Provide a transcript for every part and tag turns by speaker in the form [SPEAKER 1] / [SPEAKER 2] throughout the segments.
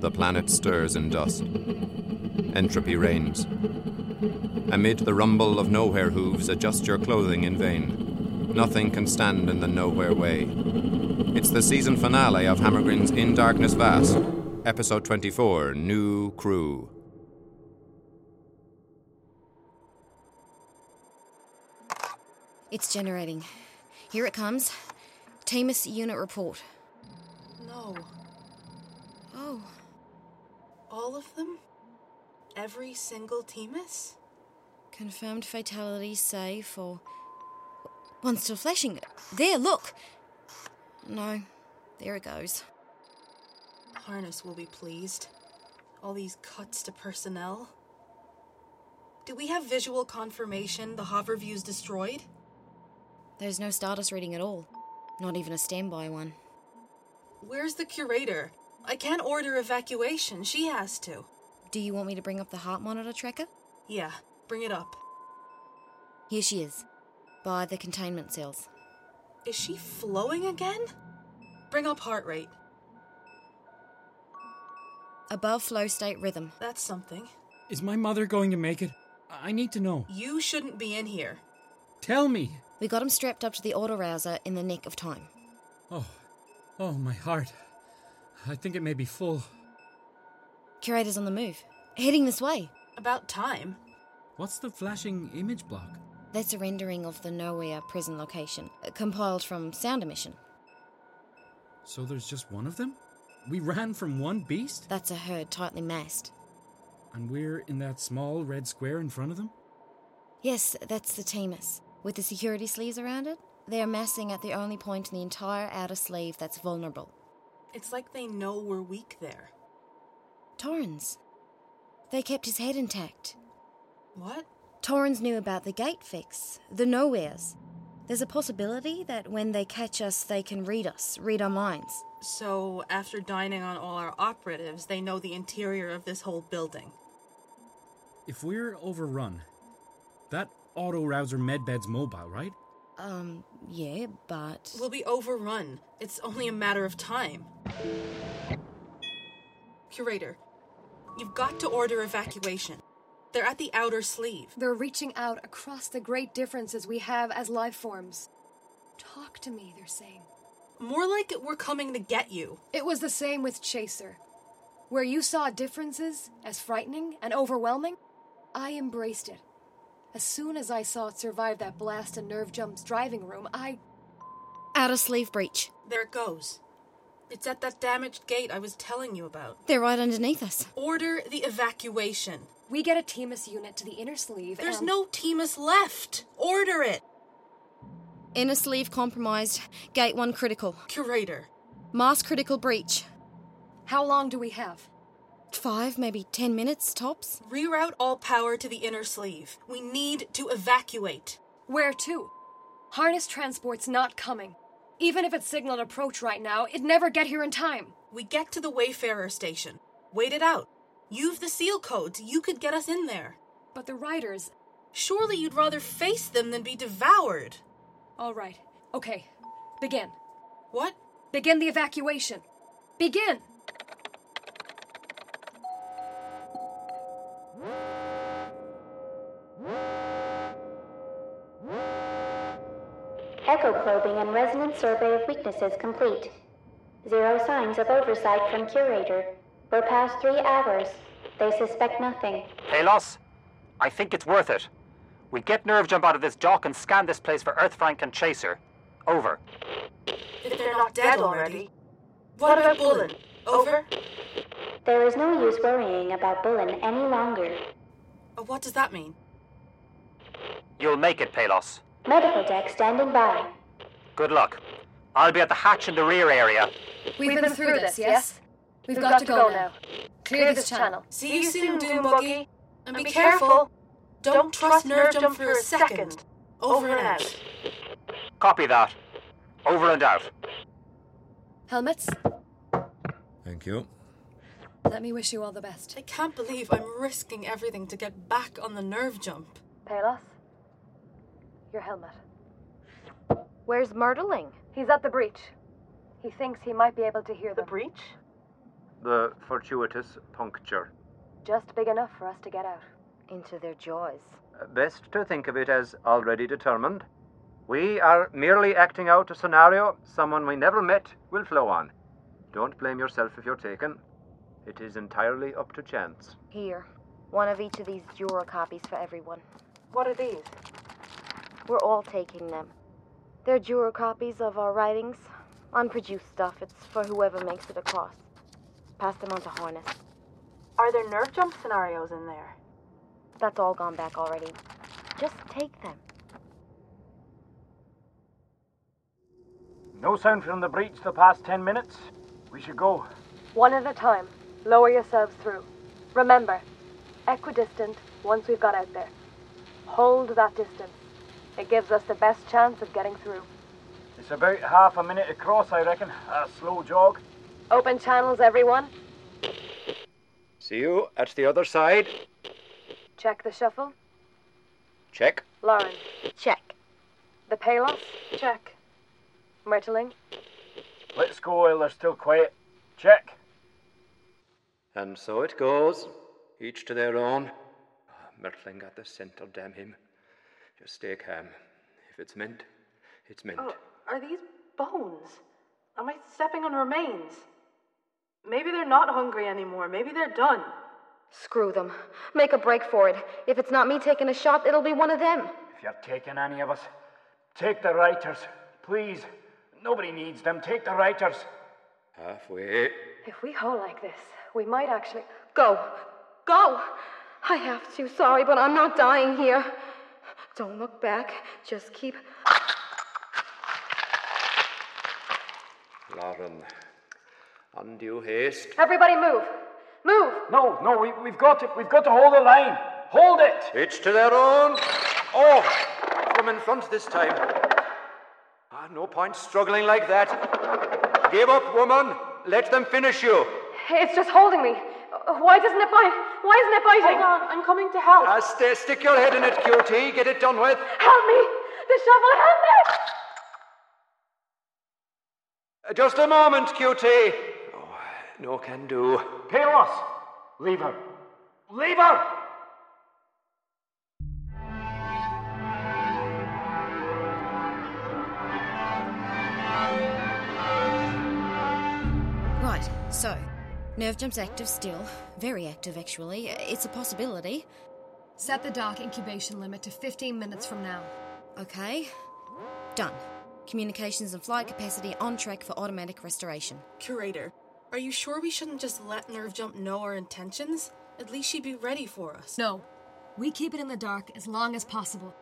[SPEAKER 1] the planet stirs in dust. Entropy reigns. Amid the rumble of nowhere hooves, adjust your clothing in vain. Nothing can stand in the nowhere way. It's the season finale of Hammergren's In Darkness Vast, episode 24 New Crew.
[SPEAKER 2] It's generating. Here it comes. Tamus unit report.
[SPEAKER 3] No.
[SPEAKER 2] Oh,
[SPEAKER 3] All of them? Every single Temus?
[SPEAKER 2] confirmed fatality safe or. One still flashing. There, look! No, there it goes.
[SPEAKER 3] Harness will be pleased. All these cuts to personnel. Do we have visual confirmation the hover view's destroyed?
[SPEAKER 2] There's no status reading at all. Not even a standby one.
[SPEAKER 3] Where's the curator? I can't order evacuation. She has to.
[SPEAKER 2] Do you want me to bring up the heart monitor tracker?
[SPEAKER 3] Yeah, bring it up.
[SPEAKER 2] Here she is, by the containment cells.
[SPEAKER 3] Is she flowing again? Bring up heart rate.
[SPEAKER 2] Above flow state rhythm.
[SPEAKER 3] That's something.
[SPEAKER 4] Is my mother going to make it? I need to know.
[SPEAKER 3] You shouldn't be in here.
[SPEAKER 4] Tell me.
[SPEAKER 2] We got him strapped up to the auto rouser in the nick of time.
[SPEAKER 4] Oh, oh, my heart. I think it may be full.
[SPEAKER 2] Curator's on the move, heading this way.
[SPEAKER 3] About time.
[SPEAKER 4] What's the flashing image block?
[SPEAKER 2] That's a rendering of the nowhere prison location, uh, compiled from sound emission.
[SPEAKER 4] So there's just one of them? We ran from one beast?
[SPEAKER 2] That's a herd tightly massed.
[SPEAKER 4] And we're in that small red square in front of them?
[SPEAKER 2] Yes, that's the Temus. With the security sleeves around it, they are massing at the only point in the entire outer sleeve that's vulnerable.
[SPEAKER 3] It's like they know we're weak there.
[SPEAKER 2] Torrens. They kept his head intact.
[SPEAKER 3] What?
[SPEAKER 2] Torrens knew about the gate fix, the nowheres. There's a possibility that when they catch us, they can read us, read our minds.
[SPEAKER 3] So, after dining on all our operatives, they know the interior of this whole building.
[SPEAKER 4] If we're overrun, that auto rouser medbed's mobile, right?
[SPEAKER 2] Um, yeah, but.
[SPEAKER 3] We'll be overrun. It's only a matter of time. Curator, you've got to order evacuation. They're at the outer sleeve.
[SPEAKER 5] They're reaching out across the great differences we have as life forms. Talk to me, they're saying.
[SPEAKER 3] More like we're coming to get you.
[SPEAKER 5] It was the same with Chaser. Where you saw differences as frightening and overwhelming, I embraced it. As soon as I saw it survive that blast in Nerve Jump's driving room, I.
[SPEAKER 2] Outer sleeve breach.
[SPEAKER 3] There it goes. It's at that damaged gate I was telling you about.
[SPEAKER 2] They're right underneath us.
[SPEAKER 3] Order the evacuation.
[SPEAKER 5] We get a Temus unit to the inner sleeve.
[SPEAKER 3] There's
[SPEAKER 5] and-
[SPEAKER 3] no Temus left. Order it.
[SPEAKER 2] Inner sleeve compromised. Gate 1 critical.
[SPEAKER 3] Curator,
[SPEAKER 2] Mass critical breach.
[SPEAKER 5] How long do we have?
[SPEAKER 2] Five, maybe ten minutes tops.
[SPEAKER 3] reroute all power to the inner sleeve. We need to evacuate.
[SPEAKER 5] Where to? Harness transport's not coming. Even if it's signaled approach right now, it'd never get here in time.
[SPEAKER 3] We get to the Wayfarer station. Wait it out. You've the seal codes. You could get us in there.
[SPEAKER 5] But the riders,
[SPEAKER 3] Surely you'd rather face them than be devoured.
[SPEAKER 5] All right. Okay. Begin.
[SPEAKER 3] What?
[SPEAKER 5] Begin the evacuation. Begin!
[SPEAKER 6] Echo probing and resonance survey of weaknesses complete. Zero signs of oversight from curator. For past three hours, they suspect nothing.
[SPEAKER 7] Talos, I think it's worth it. We get nerve jump out of this dock and scan this place for Earthfrank and Chaser. Over.
[SPEAKER 3] If they're not dead already. What about Bullen? Over?
[SPEAKER 6] There is no use worrying about Bullen any longer.
[SPEAKER 3] Uh, What does that mean?
[SPEAKER 7] You'll make it, Palos.
[SPEAKER 6] Medical deck standing by.
[SPEAKER 7] Good luck. I'll be at the hatch in the rear area.
[SPEAKER 5] We've, been, through, this, yes? We've, got, to go, now. Clear this channel.
[SPEAKER 3] See you soon, Doom Buggy. And be careful. Don't trust Nerve Jump for a second. Over and out.
[SPEAKER 7] Copy that. Over and out.
[SPEAKER 5] Helmets,
[SPEAKER 1] Thank you.
[SPEAKER 5] let me wish you all the best.
[SPEAKER 3] I can't believe I'm risking everything to get back on the Nerve Jump.
[SPEAKER 8] Palos? Your helmet.
[SPEAKER 2] Where's Myrtling?
[SPEAKER 8] He's at the breach. He thinks he might be able to hear them.
[SPEAKER 3] breach?
[SPEAKER 9] the fortuitous puncture.
[SPEAKER 2] Just big enough for us to get out. Into their jaws.
[SPEAKER 9] Best to think of it as already determined. We are merely acting out a scenario someone we never met will flow on. Don't blame yourself if you're taken. It is entirely up to chance.
[SPEAKER 2] Here. One of each of these Jura copies for everyone.
[SPEAKER 5] What are these?
[SPEAKER 2] We're all taking them. They're Jura copies of our writings. Unproduced stuff. It's for whoever makes it across. Pass them on to Harness.
[SPEAKER 3] Are there nerve jump scenarios in there?
[SPEAKER 2] That's all gone back already. Just take them.
[SPEAKER 10] No sound from the breach the past ten minutes. We should go.
[SPEAKER 5] One at a time. Lower yourselves through. Remember, equidistant once we've got out there. Hold that distance. It gives us the best chance of getting through.
[SPEAKER 10] It's about half a minute across, I reckon. A slow jog.
[SPEAKER 5] Open channels, everyone.
[SPEAKER 9] See you at the other side.
[SPEAKER 5] Check the shuffle.
[SPEAKER 9] Check.
[SPEAKER 5] Lauren.
[SPEAKER 2] Check.
[SPEAKER 5] The Palos.
[SPEAKER 3] Check.
[SPEAKER 5] Myrtling.
[SPEAKER 10] Let's go while they're still quiet. Check.
[SPEAKER 9] And so it goes, each to their own. Mertling at the center, damn him. Just stay calm. If it's meant, it's meant.
[SPEAKER 3] Oh, are these bones? Am I stepping on remains? Maybe they're not hungry anymore. Maybe they're done.
[SPEAKER 2] Screw them. Make a break for it. If it's not me taking a shot, it'll be one of them.
[SPEAKER 10] If you're taking any of us, take the writers. Please. Nobody needs them. Take the writers.
[SPEAKER 9] Halfway.
[SPEAKER 5] If we hold like this, we might actually.
[SPEAKER 2] Go. Go! I have to. Sorry, but I'm not dying here. Don't look back. Just keep.
[SPEAKER 9] Lauren. Undue haste.
[SPEAKER 5] Everybody move! Move!
[SPEAKER 10] No, no, we, we've got it. We've got to hold the line. Hold it!
[SPEAKER 9] Each to their own. Oh! From in front this time. Ah, no point struggling like that. Give up, woman. Let them finish you.
[SPEAKER 5] It's just holding me. Why doesn't it bite? Why isn't it biting?
[SPEAKER 3] Hold on, I'm coming to help.
[SPEAKER 9] Ah, stay, stick your head in it, QT. Get it done with.
[SPEAKER 5] Help me! The shovel, help me!
[SPEAKER 9] Just a moment, QT. Oh, no can do.
[SPEAKER 10] Palos! Leave her. Leave her!
[SPEAKER 11] Right, so nerve jump's active still. Very active, actually. It's a possibility.
[SPEAKER 5] Set the dock incubation limit to 15 minutes from now.
[SPEAKER 11] Okay. Done. Communications and flight capacity on track for automatic restoration.
[SPEAKER 3] Curator, are you sure we shouldn't just let Nerve Jump know our intentions? At least she'd be ready for us.
[SPEAKER 5] No. We keep it in the dark as long as possible.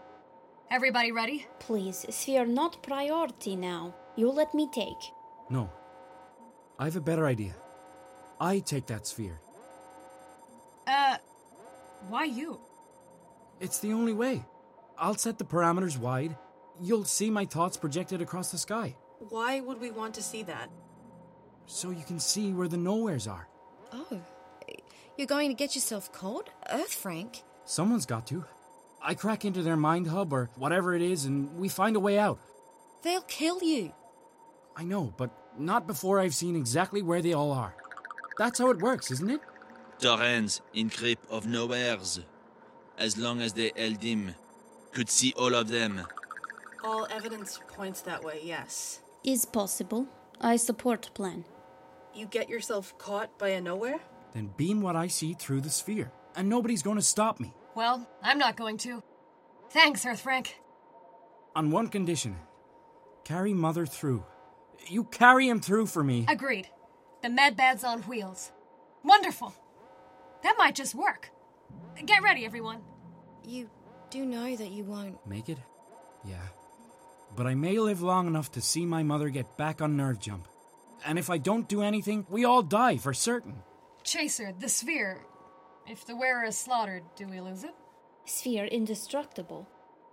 [SPEAKER 5] Everybody ready?
[SPEAKER 6] Please, sphere not priority now. You let me take.
[SPEAKER 4] No. I have a better idea. I take that sphere.
[SPEAKER 5] Uh, why you?
[SPEAKER 4] It's the only way. I'll set the parameters wide. You'll see my thoughts projected across the sky,
[SPEAKER 3] Why would we want to see that?
[SPEAKER 4] so you can see where the nowheres are.
[SPEAKER 11] Oh, you're going to get yourself caught? Earth Frank?
[SPEAKER 4] Someone's got to. I crack into their mind hub or whatever it is, and we find a way out.
[SPEAKER 11] They'll kill you.
[SPEAKER 4] I know, but not before I've seen exactly where they all are. That's how it works, isn't it?
[SPEAKER 12] Torrens, in grip of nowheres, as long as they held him, could see all of them.
[SPEAKER 3] All evidence points that way, yes.
[SPEAKER 6] Is possible. I support plan.
[SPEAKER 3] You get yourself caught by a nowhere?
[SPEAKER 4] Then beam what I see through the sphere, and nobody's going to stop me.
[SPEAKER 5] Well, I'm not going to. Thanks, Earth Frank.
[SPEAKER 4] On one condition carry Mother through. You carry him through for me.
[SPEAKER 5] Agreed. The med bed's on wheels. Wonderful. That might just work. Get ready, everyone.
[SPEAKER 11] You do know that you won't.
[SPEAKER 4] Make it? Yeah. But I may live long enough to see my mother get back on Nerve Jump. And if I don't do anything, we all die for certain.
[SPEAKER 5] Chaser, the sphere. If the wearer is slaughtered, do we lose it?
[SPEAKER 6] Sphere indestructible.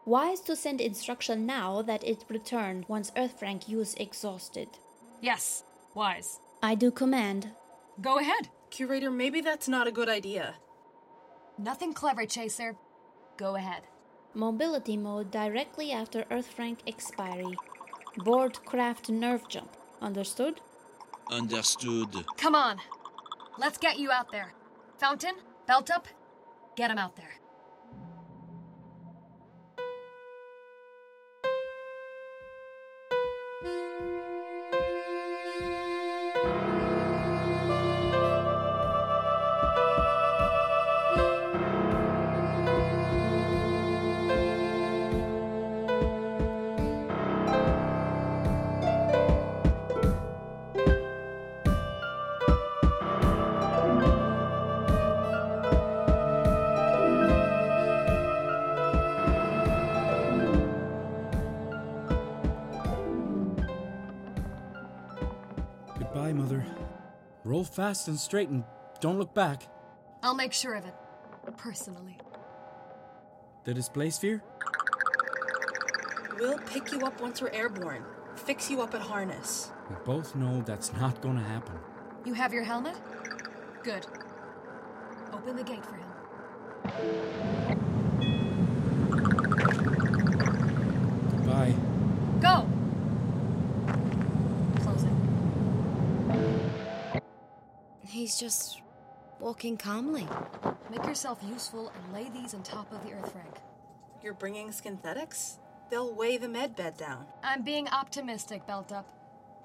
[SPEAKER 6] Wise to send instruction now that it return once Earthrank use exhausted.
[SPEAKER 5] Yes. Wise.
[SPEAKER 6] I do command.
[SPEAKER 5] Go ahead.
[SPEAKER 3] Curator, maybe that's not a good idea.
[SPEAKER 5] Nothing clever, Chaser. Go ahead.
[SPEAKER 6] Mobility mode directly after Earthrank expiry. Board craft nerve jump. Understood?
[SPEAKER 12] Understood.
[SPEAKER 5] Come on. Let's get you out there. Fountain, belt up, get him out there.
[SPEAKER 4] Goodbye, Mother. Roll fast and straight and don't look back.
[SPEAKER 5] I'll make sure of it. Personally.
[SPEAKER 4] The display sphere?
[SPEAKER 3] We'll pick you up once we're airborne, fix you up at harness.
[SPEAKER 4] We both know that's not gonna happen.
[SPEAKER 5] You have your helmet? Good. Open the gate for him.
[SPEAKER 4] Goodbye.
[SPEAKER 5] Go! Close it.
[SPEAKER 2] He's just walking calmly.
[SPEAKER 5] Make yourself useful and lay these on top of the earth rank.
[SPEAKER 3] You're bringing synthetics? They'll weigh the med bed down.
[SPEAKER 5] I'm being optimistic, Belt Up.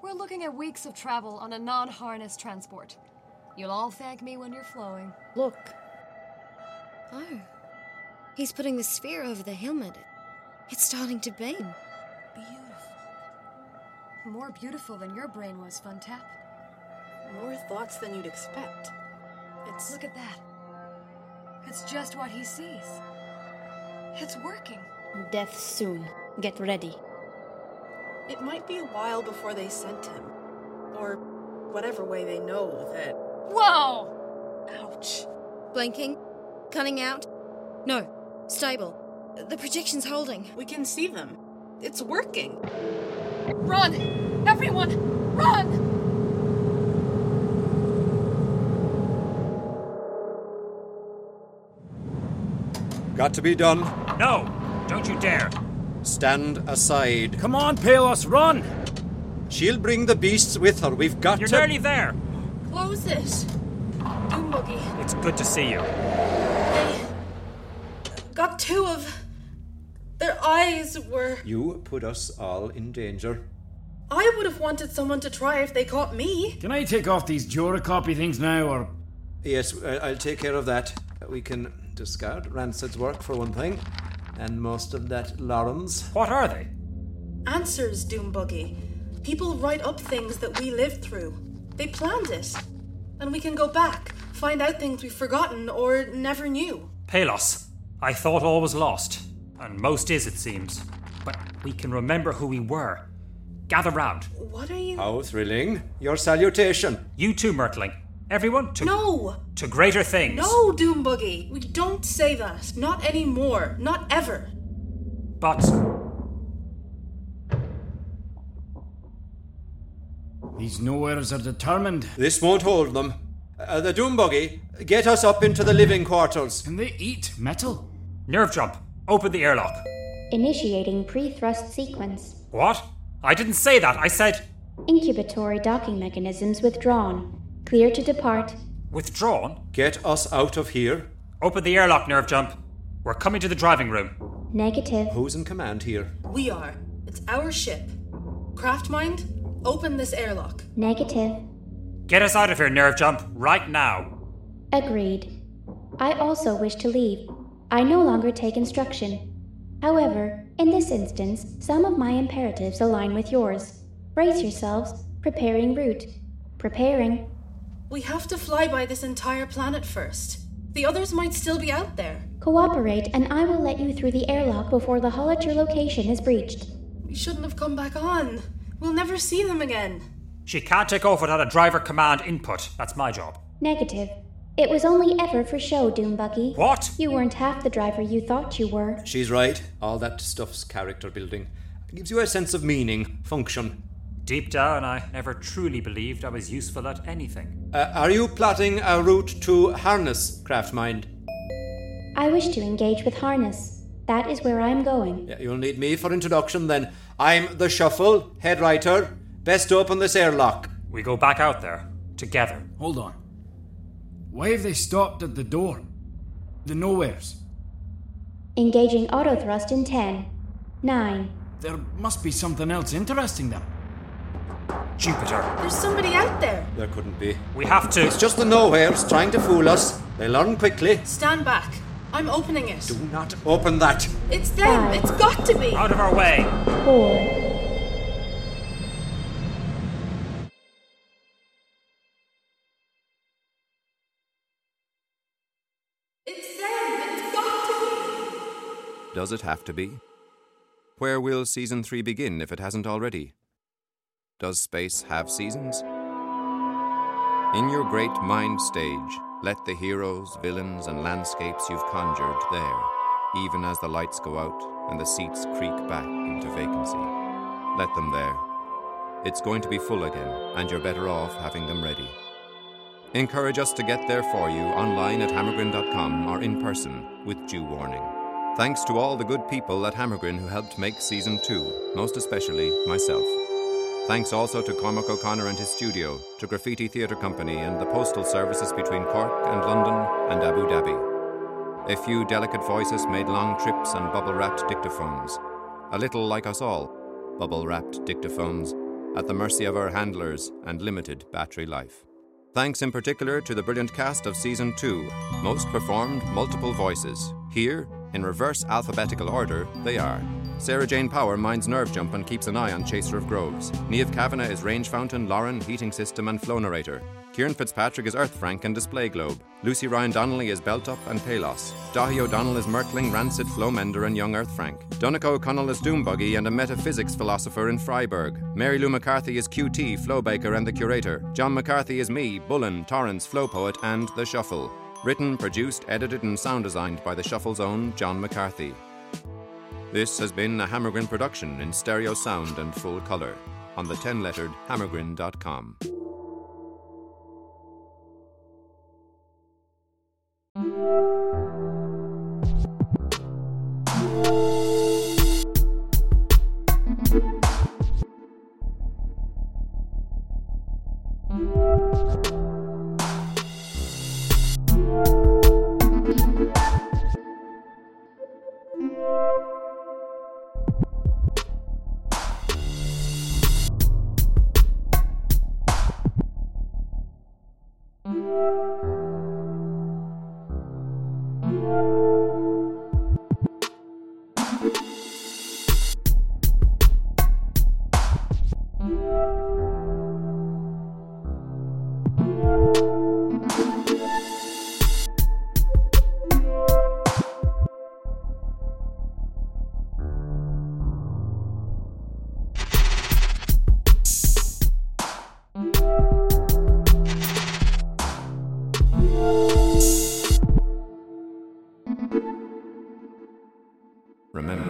[SPEAKER 5] We're looking at weeks of travel on a non harness transport. You'll all thank me when you're flowing.
[SPEAKER 2] Look. Oh. He's putting the sphere over the helmet. It's starting to beam.
[SPEAKER 5] More beautiful than your brain was, Fun Tap.
[SPEAKER 3] More thoughts than you'd expect. It's.
[SPEAKER 5] Look at that. It's just what he sees. It's working.
[SPEAKER 13] Death soon. Get ready.
[SPEAKER 3] It might be a while before they sent him. Or whatever way they know that.
[SPEAKER 5] Whoa!
[SPEAKER 3] Ouch.
[SPEAKER 2] Blinking. Cutting out. No. Stable. The projection's holding.
[SPEAKER 3] We can see them. It's working.
[SPEAKER 5] Run! Everyone, run!
[SPEAKER 1] Got to be done.
[SPEAKER 10] No! Don't you dare!
[SPEAKER 1] Stand aside.
[SPEAKER 4] Come on, Palos, run!
[SPEAKER 1] She'll bring the beasts with her. We've got
[SPEAKER 10] You're
[SPEAKER 1] to.
[SPEAKER 10] nearly there!
[SPEAKER 3] Close it. Doom buggy.
[SPEAKER 10] It's good to see you.
[SPEAKER 3] Got two of. Their eyes were.
[SPEAKER 1] You put us all in danger.
[SPEAKER 3] I would have wanted someone to try if they caught me.
[SPEAKER 4] Can I take off these Jura copy things now, or.
[SPEAKER 1] Yes, I- I'll take care of that. We can discard Rancid's work for one thing, and most of that Lauren's.
[SPEAKER 10] What are they?
[SPEAKER 3] Answers, Doom buggy. People write up things that we lived through. They planned it. And we can go back, find out things we've forgotten or never knew.
[SPEAKER 10] Palos, I thought all was lost. And most is, it seems. But we can remember who we were. Gather round.
[SPEAKER 3] What are you.
[SPEAKER 1] How thrilling. Your salutation.
[SPEAKER 10] You too, Mertling. Everyone to,
[SPEAKER 3] No!
[SPEAKER 10] to greater things.
[SPEAKER 3] No, Doom Boogie! We don't say that. Not anymore. Not ever.
[SPEAKER 10] But
[SPEAKER 4] These nowheres are determined.
[SPEAKER 1] This won't hold them. Uh, the Doom Buggy, get us up into the living quarters.
[SPEAKER 4] Can they eat metal?
[SPEAKER 10] nerve jump. Open the airlock.
[SPEAKER 6] Initiating pre thrust sequence.
[SPEAKER 10] What? I didn't say that. I said
[SPEAKER 6] Incubatory docking mechanisms withdrawn. Clear to depart.
[SPEAKER 10] withdrawn.
[SPEAKER 1] Get us out of here.
[SPEAKER 10] Open the airlock, nerve jump. We're coming to the driving room.
[SPEAKER 6] Negative.
[SPEAKER 1] Who's in command here?
[SPEAKER 3] We are. It's our ship. Craftmind, open this airlock.
[SPEAKER 6] Negative.
[SPEAKER 10] Get us out of here, nerve jump, right now.
[SPEAKER 6] Agreed. I also wish to leave. I no longer take instruction. However, in this instance, some of my imperatives align with yours. Brace yourselves, preparing route. Preparing.
[SPEAKER 3] We have to fly by this entire planet first. The others might still be out there.
[SPEAKER 6] Cooperate, and I will let you through the airlock before the hull at your location is breached.
[SPEAKER 3] We shouldn't have come back on. We'll never see them again.
[SPEAKER 10] She can't take off without a driver command input. That's my job.
[SPEAKER 6] Negative. It was only ever for show, Doombuggy.
[SPEAKER 10] What?
[SPEAKER 6] You weren't half the driver you thought you were.
[SPEAKER 1] She's right. All that stuff's character building. It gives you a sense of meaning, function.
[SPEAKER 10] Deep down, I never truly believed I was useful at anything.
[SPEAKER 1] Uh, are you plotting a route to harness Craftmind?
[SPEAKER 6] I wish to engage with Harness. That is where I am going.
[SPEAKER 1] Yeah, you'll need me for introduction then. I'm the Shuffle, head writer. Best open this airlock.
[SPEAKER 10] We go back out there, together.
[SPEAKER 4] Hold on. Why have they stopped at the door? The nowheres.
[SPEAKER 6] Engaging auto thrust in 10, 9,
[SPEAKER 4] There must be something else interesting them.
[SPEAKER 14] Jupiter.
[SPEAKER 3] There's somebody out there.
[SPEAKER 14] There couldn't be.
[SPEAKER 10] We have to.
[SPEAKER 14] It's just the nowheres trying to fool us. They learn quickly.
[SPEAKER 3] Stand back. I'm opening it.
[SPEAKER 14] Do not open that.
[SPEAKER 3] It's them. It's got to be.
[SPEAKER 10] Out of our way.
[SPEAKER 1] Does it have to be? Where will season 3 begin if it hasn't already? Does space have seasons? In your great mind stage, let the heroes, villains, and landscapes you've conjured there, even as the lights go out and the seats creak back into vacancy. Let them there. It's going to be full again, and you're better off having them ready. Encourage us to get there for you online at hammergren.com or in person with due warning. Thanks to all the good people at Hammergren who helped make season two, most especially myself. Thanks also to Cormac O'Connor and his studio, to Graffiti Theatre Company and the postal services between Cork and London and Abu Dhabi. A few delicate voices made long trips on bubble wrapped dictaphones, a little like us all, bubble wrapped dictaphones, at the mercy of our handlers and limited battery life. Thanks in particular to the brilliant cast of season two, most performed multiple voices. Here, in reverse alphabetical order, they are. Sarah Jane Power minds Nerve Jump and keeps an eye on Chaser of Groves. Neve Kavanagh is Range Fountain, Lauren, Heating System, and Flow Narrator. Kieran Fitzpatrick is Earth Frank and Display Globe. Lucy Ryan Donnelly is Belt Up and Palos. Dahi O'Donnell is Merkling, Rancid, Flowmender, and Young Earth Frank. Donica O'Connell is Doombuggy and a metaphysics philosopher in Freiburg. Mary Lou McCarthy is QT, Flowbaker, and the Curator. John McCarthy is me, Bullen, Torrance, Flow Poet, and The Shuffle. Written, produced, edited, and sound designed by The Shuffle's own John McCarthy. This has been a Hammergren production in stereo sound and full color on the 10 lettered hammergren.com. Remember,